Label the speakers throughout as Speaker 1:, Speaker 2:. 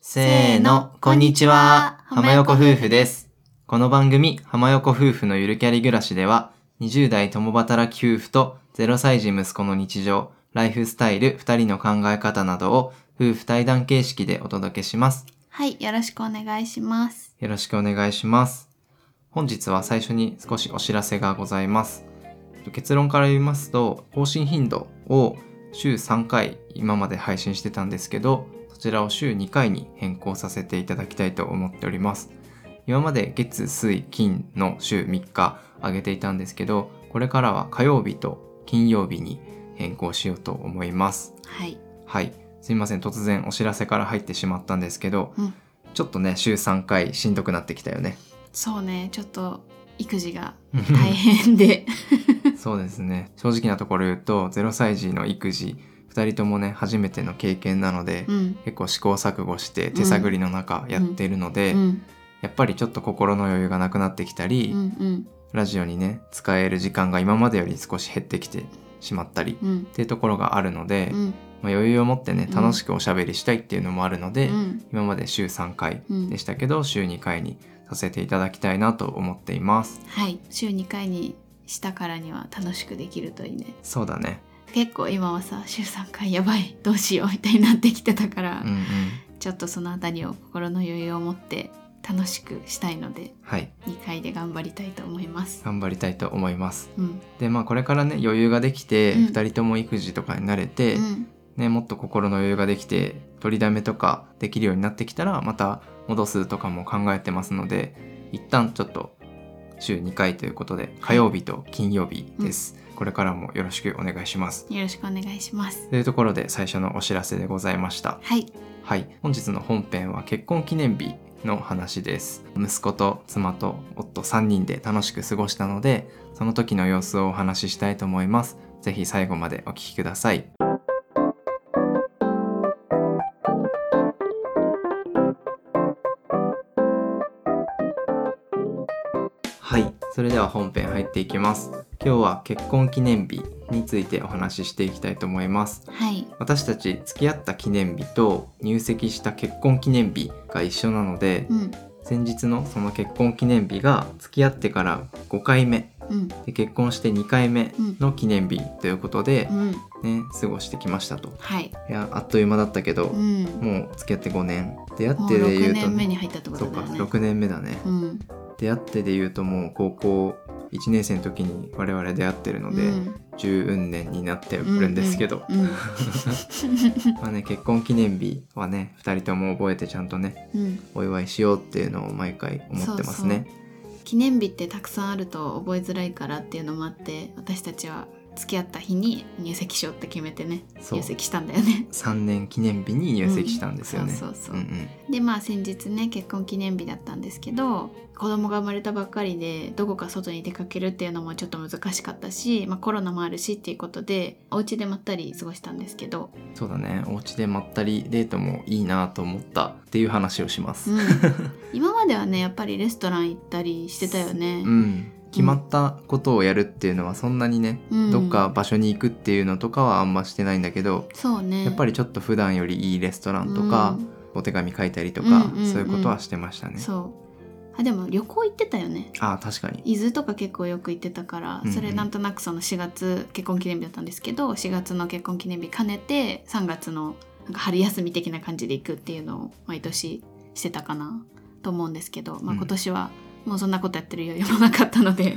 Speaker 1: せーの、こんにちは。
Speaker 2: こん
Speaker 1: 浜
Speaker 2: にちは
Speaker 1: 横夫婦です。この番組、浜横夫婦のゆるキャリ暮らしでは、20代共働き夫婦と0歳児息子の日常、ライフスタイル、2人の考え方などを夫婦対談形式でお届けします。
Speaker 2: はい、よろしくお願いします。
Speaker 1: よろしくお願いします。本日は最初に少しお知らせがございます。結論から言いますと、更新頻度を週3回今まで配信してたんですけど、そちらを週2回に変更させていただきたいと思っております。今まで月、水、金の週3日上げていたんですけど、これからは火曜日と金曜日に変更しようと思います。
Speaker 2: はい。
Speaker 1: はい。すいません。突然お知らせから入ってしまったんですけど、
Speaker 2: うん
Speaker 1: ちょっとね、週3回しんどくなってきたよね。
Speaker 2: そうね、ちょっと育児が大変で。
Speaker 1: そうですね。正直なところ言うと、0歳児の育児、2人ともね、初めての経験なので、
Speaker 2: うん。
Speaker 1: 結構試行錯誤して手探りの中やってるので、
Speaker 2: うん。
Speaker 1: やっぱりちょっと心の余裕がなくなってきた
Speaker 2: う
Speaker 1: り、
Speaker 2: ん。
Speaker 1: ラジオにね、使える時間が今までより少し減ってきてしまったり、っ
Speaker 2: うん。
Speaker 1: ていうところがあるので、
Speaker 2: うん。
Speaker 1: まあ余裕を持ってね
Speaker 2: うん
Speaker 1: 楽しくおしゃべりしたいっていうのもあるので、
Speaker 2: うん。
Speaker 1: 今まで週3回でしたけど、週2回にさせていただきたいなと思っています
Speaker 2: はい。週2回にしたからには楽しくできるといいね。
Speaker 1: そうだね
Speaker 2: 結構今はさ、週3回やばい、どうしようみたいになってきてたから、
Speaker 1: うんうん
Speaker 2: ちょっとそのあたりを心の余裕を持って楽しくしたいので、
Speaker 1: はい
Speaker 2: 2回で頑張りたいと思います。
Speaker 1: 頑張りたいと思います
Speaker 2: うん。
Speaker 1: でまあこれからね余裕ができて、
Speaker 2: うん
Speaker 1: 2人とも育児とかに慣れて、
Speaker 2: うん。
Speaker 1: ね、もっと心の余裕ができて取りだめとかできるようになってきたらまた戻すとかも考えてますので一旦ちょっと週2回ということで火曜日と金曜日です、これからもよろしくお願いします
Speaker 2: よろしくお願いします。
Speaker 1: というところで最初のお知らせでございました
Speaker 2: はい。
Speaker 1: はい本日の本編は結婚記念日の話です息子と妻と夫3人で楽しく過ごしたのでその時の様子をお話ししたいと思いますぜひ最後までお聞きくださいはいそれでは本編入っていきます今日は結婚記念日についてお話ししていきたいと思います
Speaker 2: はい。
Speaker 1: 私たち付き合った記念日と入籍した結婚記念日が一緒なので、
Speaker 2: うん。
Speaker 1: 先日のその結婚記念日が付き合ってから5回目
Speaker 2: うん。
Speaker 1: で結婚して2回目
Speaker 2: うん
Speaker 1: の記念日ということで
Speaker 2: う、ん。
Speaker 1: ね過ごしてきましたと
Speaker 2: はい。
Speaker 1: いやあっという間だったけど、
Speaker 2: うん。
Speaker 1: もう付き合って5年出会
Speaker 2: も
Speaker 1: っ
Speaker 2: う
Speaker 1: てで言
Speaker 2: 6
Speaker 1: うと、
Speaker 2: 年目に
Speaker 1: ね、
Speaker 2: 入ったってこ
Speaker 1: そ
Speaker 2: と
Speaker 1: う
Speaker 2: だ
Speaker 1: か
Speaker 2: よね。
Speaker 1: 6年目だね、
Speaker 2: うん。
Speaker 1: 出会ってで言うともう高校1年生の時に我々出会ってるので、
Speaker 2: うん
Speaker 1: 10運年になってるんですけど、
Speaker 2: うん
Speaker 1: まあね、結婚記念日はね2人とも覚えてちゃんとね
Speaker 2: うん
Speaker 1: お祝いしようっていうのを毎回思ってますね
Speaker 2: 記念日ってたくさんあると覚えづらいからっていうのもあって私たちは付き合った日に入籍しようって決めてね
Speaker 1: そう
Speaker 2: 入籍したんだよね。
Speaker 1: 3年記念日に入籍したんですよね、
Speaker 2: うんそうそうそうん
Speaker 1: ん
Speaker 2: でまあ先日ね結婚記念日だったんですけど子供が生まれたばっかりでどこか外に出かけるっていうのもちょっと難しかったし、まあ、コロナもあるしっていうことでお家でまったり過ごしたんですけど、
Speaker 1: そうだねお家でまったりデートもいいなと思ったっていう話をします
Speaker 2: うん今まではねやっぱりレストラン行ったりしてたよね。
Speaker 1: うん、決まったことをやるっていうのはそんなにね、
Speaker 2: うん
Speaker 1: どっか場所に行くっていうのとかはあんましてないんだけど
Speaker 2: そうね
Speaker 1: やっぱ
Speaker 2: り
Speaker 1: りちょっと普段よりいいレストランとか、お手紙書いたりとか、
Speaker 2: うんうんうん
Speaker 1: そういうことはしてましたね
Speaker 2: そうあでも旅行行ってたよね
Speaker 1: ああ確かに
Speaker 2: 伊豆とか結構よく行ってたから、
Speaker 1: うんうん
Speaker 2: それなんとなくその4月結婚記念日だったんですけど4月の結婚記念日兼ねて3月のなんか春休み的な感じで行くっていうのを毎年してたかなと思うんですけど、
Speaker 1: う
Speaker 2: まあ、
Speaker 1: ん
Speaker 2: 今年はもうそんなことやってる余裕もなかったので、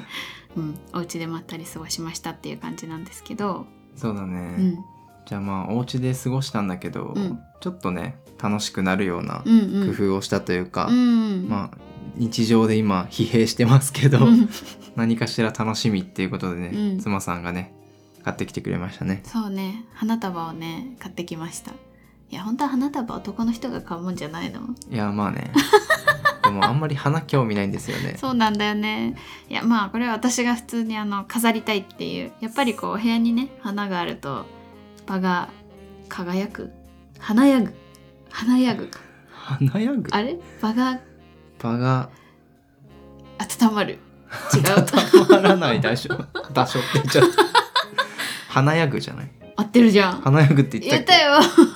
Speaker 2: うん、お家でまったり過ごしましたっていう感じなんですけど、
Speaker 1: そうだね、
Speaker 2: うん、
Speaker 1: じゃあまあお家で過ごしたんだけど、
Speaker 2: うん
Speaker 1: ちょっとね楽しくなるような
Speaker 2: うんう
Speaker 1: 工
Speaker 2: ん
Speaker 1: 夫をしたというか、
Speaker 2: うん
Speaker 1: まあ日常で今疲弊してますけど、
Speaker 2: うん
Speaker 1: 何かしら楽しみっていうことでね、
Speaker 2: うん
Speaker 1: 妻さんがね買ってきてくれましたね。
Speaker 2: そうね花束をね買ってきましたいや本当は花束は男の人が買うもんじゃないの
Speaker 1: いやまあ ねでもあんまり花興味ないんですよね。
Speaker 2: そうなんだよねいやまあこれは私が普通にあの飾りたいっていうやっぱりこうお部屋にね花があると場が輝く華やぐ華やぐか
Speaker 1: 華やぐ
Speaker 2: あれ場が
Speaker 1: 場が
Speaker 2: 温まる違う
Speaker 1: たまらない場所場所って言っちゃった。華やぐじゃない
Speaker 2: 合ってるじゃん
Speaker 1: 華やぐって言
Speaker 2: 言
Speaker 1: っ
Speaker 2: った
Speaker 1: っけ
Speaker 2: たよ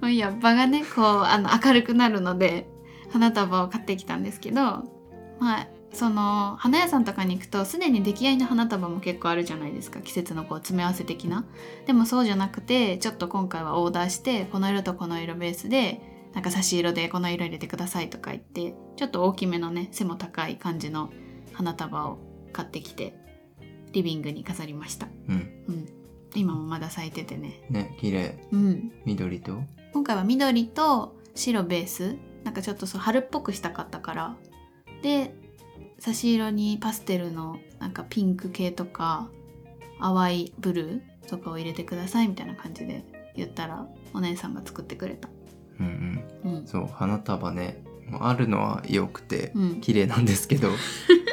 Speaker 2: まあいや場がねこうあの明るくなるので花束を買ってきたんですけどまあその花屋さんとかに行くとすでに出来合いの花束も結構あるじゃないですか季節のこう詰め合わせ的なでもそうじゃなくてちょっと今回はオーダーしてこの色とこの色ベースでなんか差し色でこの色入れてくださいとか言ってちょっと大きめのね背も高い感じの花束を買ってきてリビングに飾りました
Speaker 1: うん
Speaker 2: 今もまだ咲いててね
Speaker 1: ね綺麗
Speaker 2: うん
Speaker 1: 緑と
Speaker 2: 今回は緑と白ベースなんかちょっとそう春っぽくしたかったからで差し色にパステルのなんかピンク系とか淡いブルーとかを入れてくださいみたいな感じで言ったらお姉さんが作ってくれた
Speaker 1: うんうん
Speaker 2: うん、
Speaker 1: そう花束ねもうあるのは良くて
Speaker 2: うん、い
Speaker 1: 綺麗なんですけ ど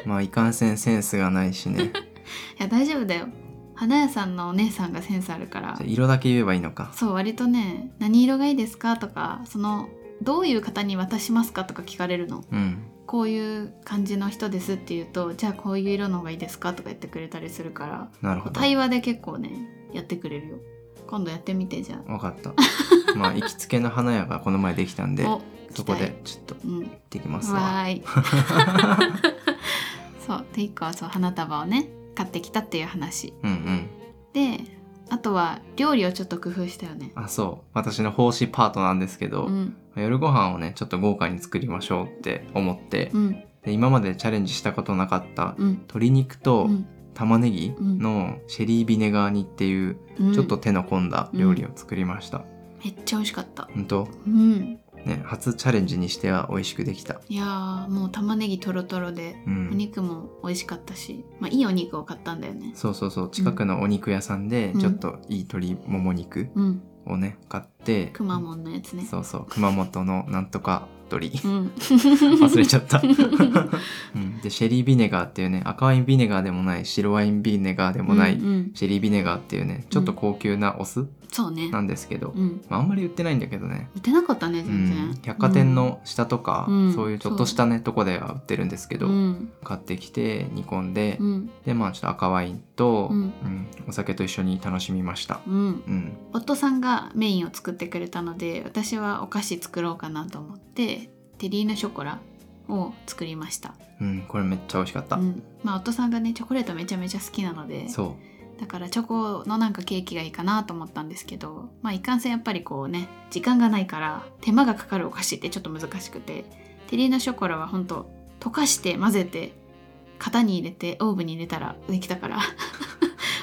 Speaker 1: まあいかんせんセンスがないしね
Speaker 2: や大丈夫だよ花屋さんのお姉さんがセンスあるから
Speaker 1: じゃあ色だけ言えばいいのか
Speaker 2: そう割とね何色がいいですかとかそのどういう方に渡しますかとか聞かれるの
Speaker 1: うん
Speaker 2: こういう感じの人ですって言うとじゃあこういう色の方がいいですかとか言ってくれたりするから
Speaker 1: なるほど
Speaker 2: 対話で結構ねやってくれるよ今度やってみてじゃ
Speaker 1: わかったまあ行きつけの花屋がこの前できたんで
Speaker 2: あお
Speaker 1: そこ
Speaker 2: 期
Speaker 1: でちょっと行
Speaker 2: 待うん
Speaker 1: ってきますわ
Speaker 2: わーいそうで一個はそう花束をね買ってきたっていう話
Speaker 1: うんうん
Speaker 2: であとは料理をちょっと工夫したよね
Speaker 1: あそう私の奉仕パートなんですけど、
Speaker 2: うん
Speaker 1: 夜ご飯をねちょっと豪華に作りましょうって思って、
Speaker 2: うん
Speaker 1: で今までチャレンジしたことなかった
Speaker 2: うん
Speaker 1: 鶏肉と
Speaker 2: うん
Speaker 1: 玉ねぎのシェリービネガー煮っていう
Speaker 2: うん
Speaker 1: ちょっと手の込んだ料理を作りました、
Speaker 2: めっちゃ美味しかった
Speaker 1: ほんと
Speaker 2: うん
Speaker 1: ね初チャレンジにしては美味しくできた
Speaker 2: いやーもう玉ねぎとろとろで
Speaker 1: う
Speaker 2: お
Speaker 1: ん
Speaker 2: 肉も美味しかったし、まあ、いいお肉を買ったんだよね
Speaker 1: そうそうそう近くのお肉屋さんでちょっといい鶏もも肉
Speaker 2: うん
Speaker 1: をね買って
Speaker 2: くまモンのやつね
Speaker 1: そうそう熊本のなんとか 鶏
Speaker 2: うん
Speaker 1: 忘れちゃった、 うん、でシェリービネガーっていうね赤ワインビネガーでもない白ワインビネガーでもない、
Speaker 2: うんうん
Speaker 1: シェリービネガーっていうねちょっと高級なお酢
Speaker 2: そうね
Speaker 1: なんですけど、
Speaker 2: うん
Speaker 1: まあ、あんまり売ってないんだけどね、
Speaker 2: 売ってなかったね
Speaker 1: う
Speaker 2: 全然、
Speaker 1: ん、百貨店の下とか、
Speaker 2: うん
Speaker 1: そういうちょっとしたねとこでは売ってるんですけ
Speaker 2: う
Speaker 1: ど、
Speaker 2: ん
Speaker 1: 買ってきて煮込んで、
Speaker 2: うん
Speaker 1: でまあちょっと赤ワインと、
Speaker 2: うん
Speaker 1: うんお酒と一緒に楽しみました、
Speaker 2: うん
Speaker 1: うん、
Speaker 2: 夫さんがメインを作ってくれたので私はお菓子作ろうかなと思ってテリーヌショコラを作りました、
Speaker 1: うん、これめっちゃ美味しかった、
Speaker 2: うん、まあ夫さんがねチョコレートめちゃめちゃ好きなので
Speaker 1: そう
Speaker 2: だからチョコのなんかケーキがいいかなと思ったんですけどまあいかんせんやっぱりこうね時間がないから手間がかかるお菓子ってちょっと難しくてテリーナショコラはほんと溶かして混ぜて型に入れてオーブンに入れたらできたから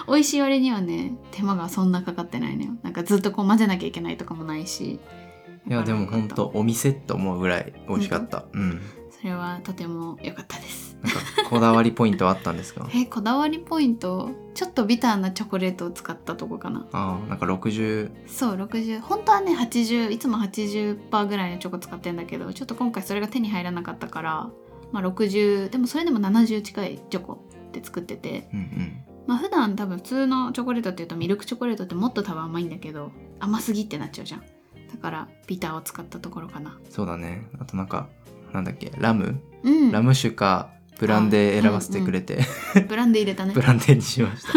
Speaker 2: 美味しい割にはね手間がそんなかかってないのよなんかずっとこう混ぜなきゃいけないとかもないし
Speaker 1: いやでも本
Speaker 2: だか
Speaker 1: 当お店って思うぐらい美味しかった。うん。
Speaker 2: らよかったそれはとても良かったです。
Speaker 1: なんかこだわりポイントあったんですか
Speaker 2: えこだわりポイントちょっとビターなチョコレートを使ったとこかな
Speaker 1: ああなんか六十
Speaker 2: そう60本当はね80いつも80%ぐらいのチョコ使ってんだけどちょっと今回それが手に入らなかったから、まあ、60でもそれでも70近いチョコで作ってて
Speaker 1: うん
Speaker 2: まあ普段多分普通のチョコレートっていうとミルクチョコレートってもっと多分甘いんだけど甘すぎってなっちゃうじゃんだからビターを使ったところかな
Speaker 1: うんそうだね。あとなんかなんだっけラム、
Speaker 2: うん
Speaker 1: ラム酒かブランデー選ばせてくれて、
Speaker 2: ブランデー入れたね
Speaker 1: ブランデーにしました。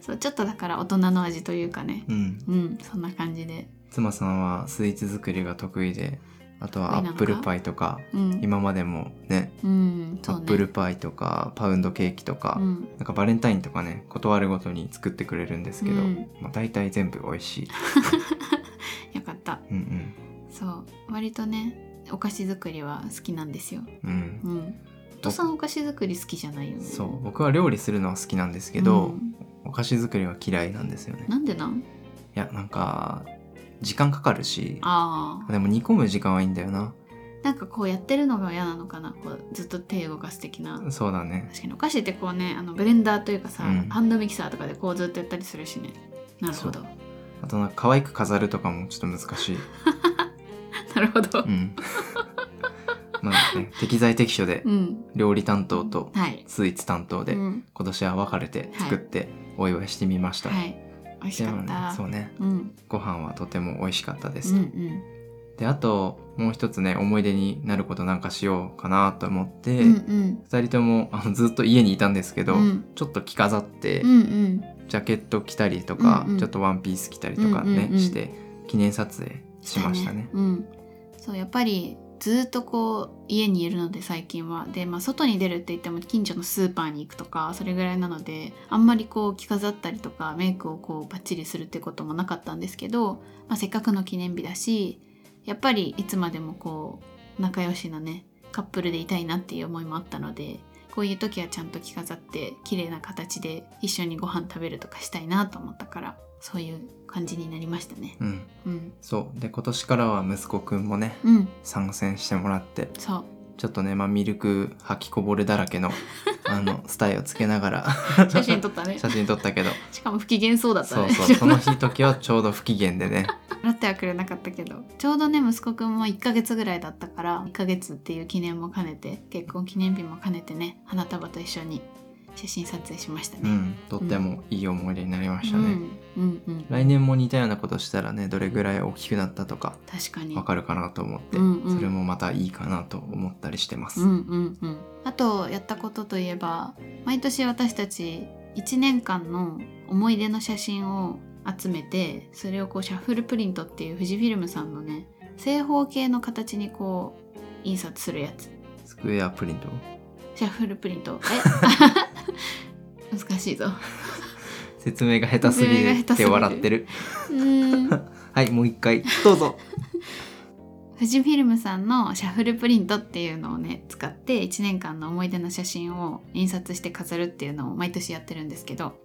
Speaker 2: そうちょっとだから大人の味というかね
Speaker 1: うん。
Speaker 2: うんそんな感じで
Speaker 1: 妻さんはスイーツ作りが得意で、あとはアップルパイとか
Speaker 2: うん、
Speaker 1: 今までもね
Speaker 2: うん、
Speaker 1: ア
Speaker 2: そうね
Speaker 1: ップルパイとかパウンドケーキとか。
Speaker 2: うん
Speaker 1: なんかバレンタインとかね断るごとに作ってくれるんですけど、
Speaker 2: うん
Speaker 1: まあ大体全部美味 しい、
Speaker 2: よかった
Speaker 1: うん
Speaker 2: そう割とねお菓子作りは好きなんですよ
Speaker 1: うんうん、
Speaker 2: うんお父さんお菓子作り好きじゃないよね
Speaker 1: そう僕は料理するのは好きなんですけど、
Speaker 2: うん
Speaker 1: お菓子作りは嫌いなんですよね
Speaker 2: なんでなん
Speaker 1: いやなんか時間かかるし
Speaker 2: ああ
Speaker 1: でも煮込む時間はいいんだよな
Speaker 2: なんかこうやってるのが嫌なのかなこうずっと手動かす的な
Speaker 1: そうだね
Speaker 2: 確かにお菓子ってこうねあのブレンダーというかさ、
Speaker 1: うん
Speaker 2: ハンドミキサーとかでこうずっとやったりするしねなるほど
Speaker 1: あとなんか可愛く飾るとかもちょっと難しい
Speaker 2: なるほど
Speaker 1: うんまあ、ね、適材適所で
Speaker 2: うん
Speaker 1: 料理担当と
Speaker 2: はい
Speaker 1: スイーツ担当で、
Speaker 2: うん
Speaker 1: 今年は分かれて作ってお祝いしてみました、
Speaker 2: はい美味し
Speaker 1: で
Speaker 2: か
Speaker 1: も
Speaker 2: っ
Speaker 1: ね
Speaker 2: た
Speaker 1: そうね
Speaker 2: うん
Speaker 1: ご飯はとても美味しかったで
Speaker 2: う
Speaker 1: す、
Speaker 2: んうん
Speaker 1: であともう一つね思い出になることなんかしようかなと思って、
Speaker 2: うんうん
Speaker 1: 2人ともあのずっと家にいたんですけど、
Speaker 2: うん
Speaker 1: ちょっと着飾って、
Speaker 2: うんうん
Speaker 1: ジャケット着たりとか、
Speaker 2: うんうん
Speaker 1: ちょっとワンピース着たりとかね、
Speaker 2: うんうんうん
Speaker 1: して記念撮影しましたね。
Speaker 2: うん、そうやっぱりずっとこう家にいるので最近はで、まあ、外に出るって言っても近所のスーパーに行くとかそれぐらいなのであんまりこう着飾ったりとかメイクをこうバッチリするってこともなかったんですけど、まあ、せっかくの記念日だしやっぱりいつまでもこう仲良しなねカップルでいたいなっていう思いもあったのでこういう時はちゃんと着飾って綺麗な形で一緒にご飯食べるとかしたいなと思ったからそういう感じになりましたね。
Speaker 1: うん、
Speaker 2: うん、
Speaker 1: そうで今年からは息子くんもね
Speaker 2: うん
Speaker 1: 参戦してもらって
Speaker 2: そう
Speaker 1: ちょっとね、まあ、ミルク吐きこぼれだら けのあのスタイをつけながら
Speaker 2: 写真撮ったね
Speaker 1: 写真撮ったけど
Speaker 2: しかも不機嫌そうだった
Speaker 1: そう
Speaker 2: ね
Speaker 1: そうその日時はちょうど不機嫌でね
Speaker 2: ラテはくれなかったけどちょうどね息子くんも1ヶ月ぐらいだったから1ヶ月っていう記念も兼ねて結婚記念日も兼ねてね花束と一緒に写真撮影しました
Speaker 1: う
Speaker 2: ね、
Speaker 1: んとってもいい思い出になりましたね、
Speaker 2: うんうんうん
Speaker 1: 来年も似たようなことしたらねどれぐらい大きくなったとか
Speaker 2: 確かに
Speaker 1: わかるかなと思って、
Speaker 2: うんうん
Speaker 1: それもまたいいかなと思ったりしてます、
Speaker 2: うんうんうんあとやったことといえば毎年私たち1年間の思い出の写真を集めてそれをこうシャッフルプリントっていう富士フィルムさんのね正方形の形にこう印刷するやつ
Speaker 1: スクエアプリント
Speaker 2: シャッフルプリントえ 難しいぞ
Speaker 1: 説明が下手すぎ
Speaker 2: 説明が
Speaker 1: る
Speaker 2: 下
Speaker 1: っ
Speaker 2: 手すぎ
Speaker 1: て
Speaker 2: る
Speaker 1: 笑ってる
Speaker 2: うーん
Speaker 1: はいもう一回どうぞ
Speaker 2: 富士フィルムさんのシャッフルプリントっていうのをね使って1年間の思い出の写真を印刷して飾るっていうのを毎年やってるんですけど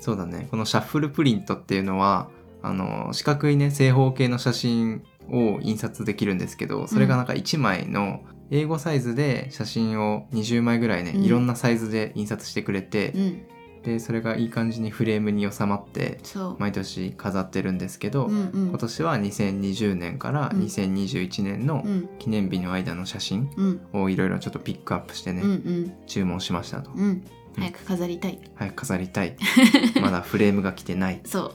Speaker 1: そうだねこのシャッフルプリントっていうのはあの四角いね正方形の写真を印刷できるんですけどそれがなんか1枚の英語サイズで写真を20枚ぐらいね、
Speaker 2: うん
Speaker 1: いろんなサイズで印刷してくれて
Speaker 2: う、ん
Speaker 1: でそれがいい感じにフレームに収まって
Speaker 2: そう、
Speaker 1: 毎年飾ってるんですけど、
Speaker 2: うんうん
Speaker 1: 今年は2020年から
Speaker 2: うん
Speaker 1: 2021年の
Speaker 2: うん
Speaker 1: 記念日の間の写真
Speaker 2: うん
Speaker 1: をいろいろちょっとピックアップしてね、
Speaker 2: うんうん
Speaker 1: 注文しましたと、
Speaker 2: うん早く飾りたい
Speaker 1: 早く飾りたいまだフレームが来てない
Speaker 2: そう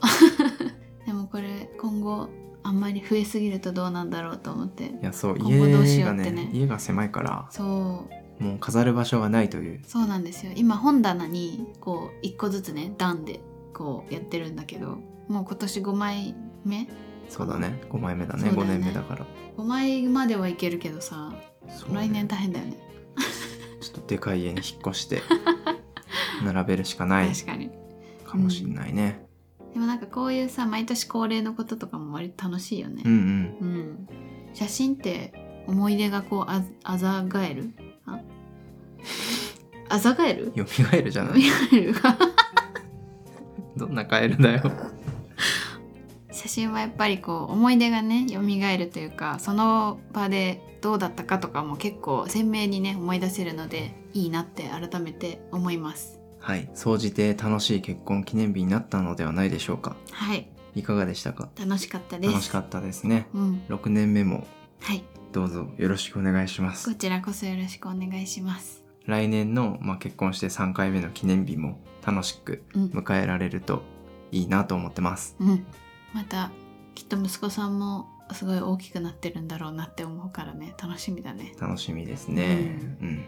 Speaker 2: でもこれ今後あんまり増えすぎるとどうなんだろうと思って
Speaker 1: いやそう
Speaker 2: 今後どうし
Speaker 1: 家
Speaker 2: よ
Speaker 1: が
Speaker 2: うって
Speaker 1: ね
Speaker 2: ね
Speaker 1: 家が狭いから
Speaker 2: そう
Speaker 1: もう飾る場所がないという
Speaker 2: そうなんですよ今本棚にこう一個ずつね段でこうやってるんだけどもう今年5枚目
Speaker 1: そうだね5枚目だね
Speaker 2: そうだ
Speaker 1: 5
Speaker 2: よね
Speaker 1: 年目だから
Speaker 2: 5枚まではいけるけどさ
Speaker 1: そうね
Speaker 2: 来年大変だよね、
Speaker 1: ちょっとでかい家に引っ越して 並べるしかない
Speaker 2: 確かに
Speaker 1: かもしんないね、
Speaker 2: でもなんかこういうさ毎年恒例のこととかも割と楽しいよね
Speaker 1: うん、うん
Speaker 2: うん、写真って思い出がこうああざがえるあ あざがえる
Speaker 1: よみがえるじゃ
Speaker 2: よ
Speaker 1: な
Speaker 2: み
Speaker 1: い
Speaker 2: がえるが
Speaker 1: どんなカエルだよ
Speaker 2: 写真はやっぱりこう思い出がねよみがえるというかその場でどうだったかとかも結構鮮明にね思い出せるのでいいなって改めて思います
Speaker 1: はい総じて楽しい結婚記念日になったのではないでしょうか
Speaker 2: はい
Speaker 1: いかがでしたか
Speaker 2: 楽しかったです
Speaker 1: 楽しかったですね
Speaker 2: うん
Speaker 1: 6年目も
Speaker 2: はい
Speaker 1: どうぞよろしくお願いしま
Speaker 2: こ
Speaker 1: す
Speaker 2: ちらこそよろしくお願いします
Speaker 1: 来年の、まあ、結婚して3回目の記念日も楽しく
Speaker 2: うん、
Speaker 1: 迎えられるといいなと思ってます
Speaker 2: うん、またきっと息子さんもすごい大きくなってるんだろうなって思うからね楽しみだね
Speaker 1: 楽しみですねうん、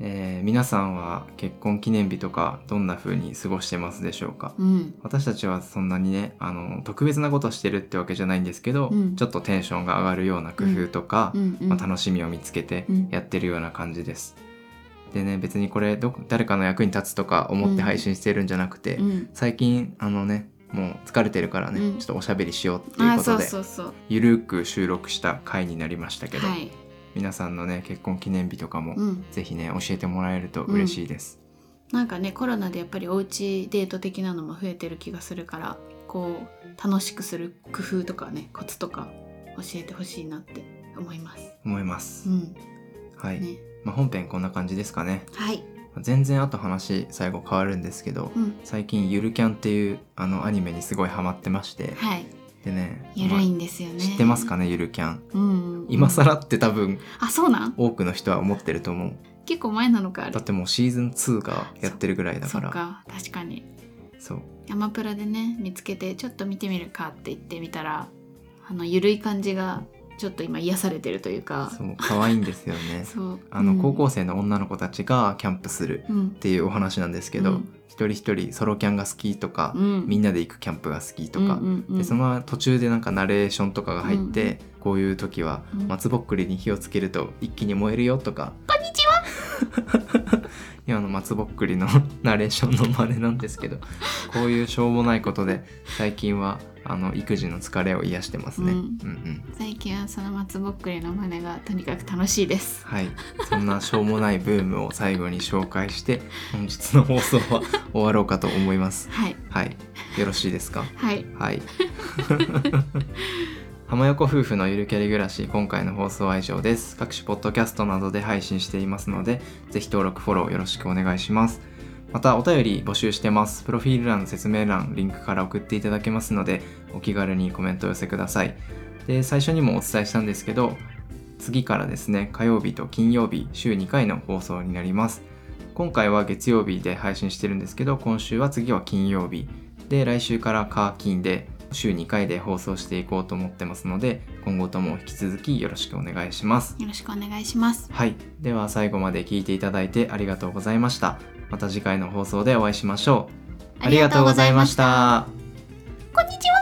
Speaker 1: えー皆さんは結婚記念日とかどんな風に過ごしてますでしょうか
Speaker 2: うん
Speaker 1: 私たちはそんなにねあの特別なことしてるってわけじゃないんですけど、
Speaker 2: うん
Speaker 1: ちょっとテンションが上がるような工夫とか、
Speaker 2: うんうん、
Speaker 1: まあ、楽しみを見つけて
Speaker 2: うん
Speaker 1: やってるような感じです。でね別にこれど誰かの役に立つとか思って配信してるんじゃなくて、
Speaker 2: うん
Speaker 1: 最近あのねもう疲れてるからね、
Speaker 2: うん
Speaker 1: ちょっとおしゃべりしようっていう
Speaker 2: あ
Speaker 1: こ
Speaker 2: そ
Speaker 1: と
Speaker 2: う
Speaker 1: で
Speaker 2: そうそう
Speaker 1: ゆるく収録した回になりましたけど、
Speaker 2: はい、
Speaker 1: 皆さんのね結婚記念日とかも、
Speaker 2: うん、
Speaker 1: ぜひね教えてもらえると嬉しいです。
Speaker 2: なんかねコロナでやっぱりおうちデート的なのも増えてる気がするからこう楽しくする工夫とかねコツとか教えてほしいなって思います
Speaker 1: 思います。
Speaker 2: うん
Speaker 1: はい、
Speaker 2: ね
Speaker 1: まあ、本編こんな感じですかね。
Speaker 2: はい
Speaker 1: 全然あと話最後変わるんですけど、
Speaker 2: うん
Speaker 1: 最近ゆるキャンっていうあのアニメにすごいハマってまして、
Speaker 2: はい
Speaker 1: でね
Speaker 2: ゆるいんですよね、
Speaker 1: 知ってますかねゆるキャン
Speaker 2: うんうん
Speaker 1: 今更って多分
Speaker 2: あそうなん
Speaker 1: 多くの人は思ってると思う
Speaker 2: 結構前なのかあれ
Speaker 1: だってもうシーズン2がやってるぐらいだか
Speaker 2: そっ
Speaker 1: ら
Speaker 2: か確かに
Speaker 1: そう
Speaker 2: アマプラでね見つけてちょっと見てみるかって言ってみたらあのゆるい感じがちょっと今癒されてるというか
Speaker 1: そう可愛いんですよね
Speaker 2: そう
Speaker 1: あの
Speaker 2: うん
Speaker 1: 高校生の女の子たちがキャンプする
Speaker 2: うん
Speaker 1: っていうお話なんですけど、
Speaker 2: うん
Speaker 1: 一人一人ソロキャンが好きとか、
Speaker 2: うん
Speaker 1: みんなで行くキャンプが好きとか、
Speaker 2: うんうんうん
Speaker 1: でその途中でなんかナレーションとかが入って、こういう時は
Speaker 2: うん
Speaker 1: 松ぼっくりに火をつけると一気に燃えるよとか「こんにちは! 」 今の松ぼっくりの ナレーションの真似なんですけどこういうしょうもないことで最近はあの育児の疲れを癒してますね。
Speaker 2: うん
Speaker 1: うんうん
Speaker 2: 最近はその松ぼっくりの真似がとにかく楽しいです
Speaker 1: はい、そんなしょうもないブームを最後に紹介して本日の放送は終わろうかと思います。
Speaker 2: はい
Speaker 1: はい、よろしいですか？
Speaker 2: はい
Speaker 1: はい。浜横夫婦のゆるキャリ暮らし今回の放送は以上です。各種ポッドキャストなどで配信していますので、ぜひ登録フォローよろしくお願いします。またお便り募集してます。プロフィール欄、説明欄、リンクから送っていただけますので、お気軽にコメントを寄せください。で、最初にもお伝えしたんですけど、次からですね、火曜日と金曜日、週2回の放送になります。今回は月曜日で配信してるんですけど、今週は次は金曜日。で来週から課金で週2回で放送していこうと思ってますので今後とも引き続きよろしくお願いします
Speaker 2: よろしくお願いします
Speaker 1: はいでは最後まで聞いていただいてありがとうございましたまた次回の放送でお会いしましょうありがとうございました
Speaker 2: こんにちは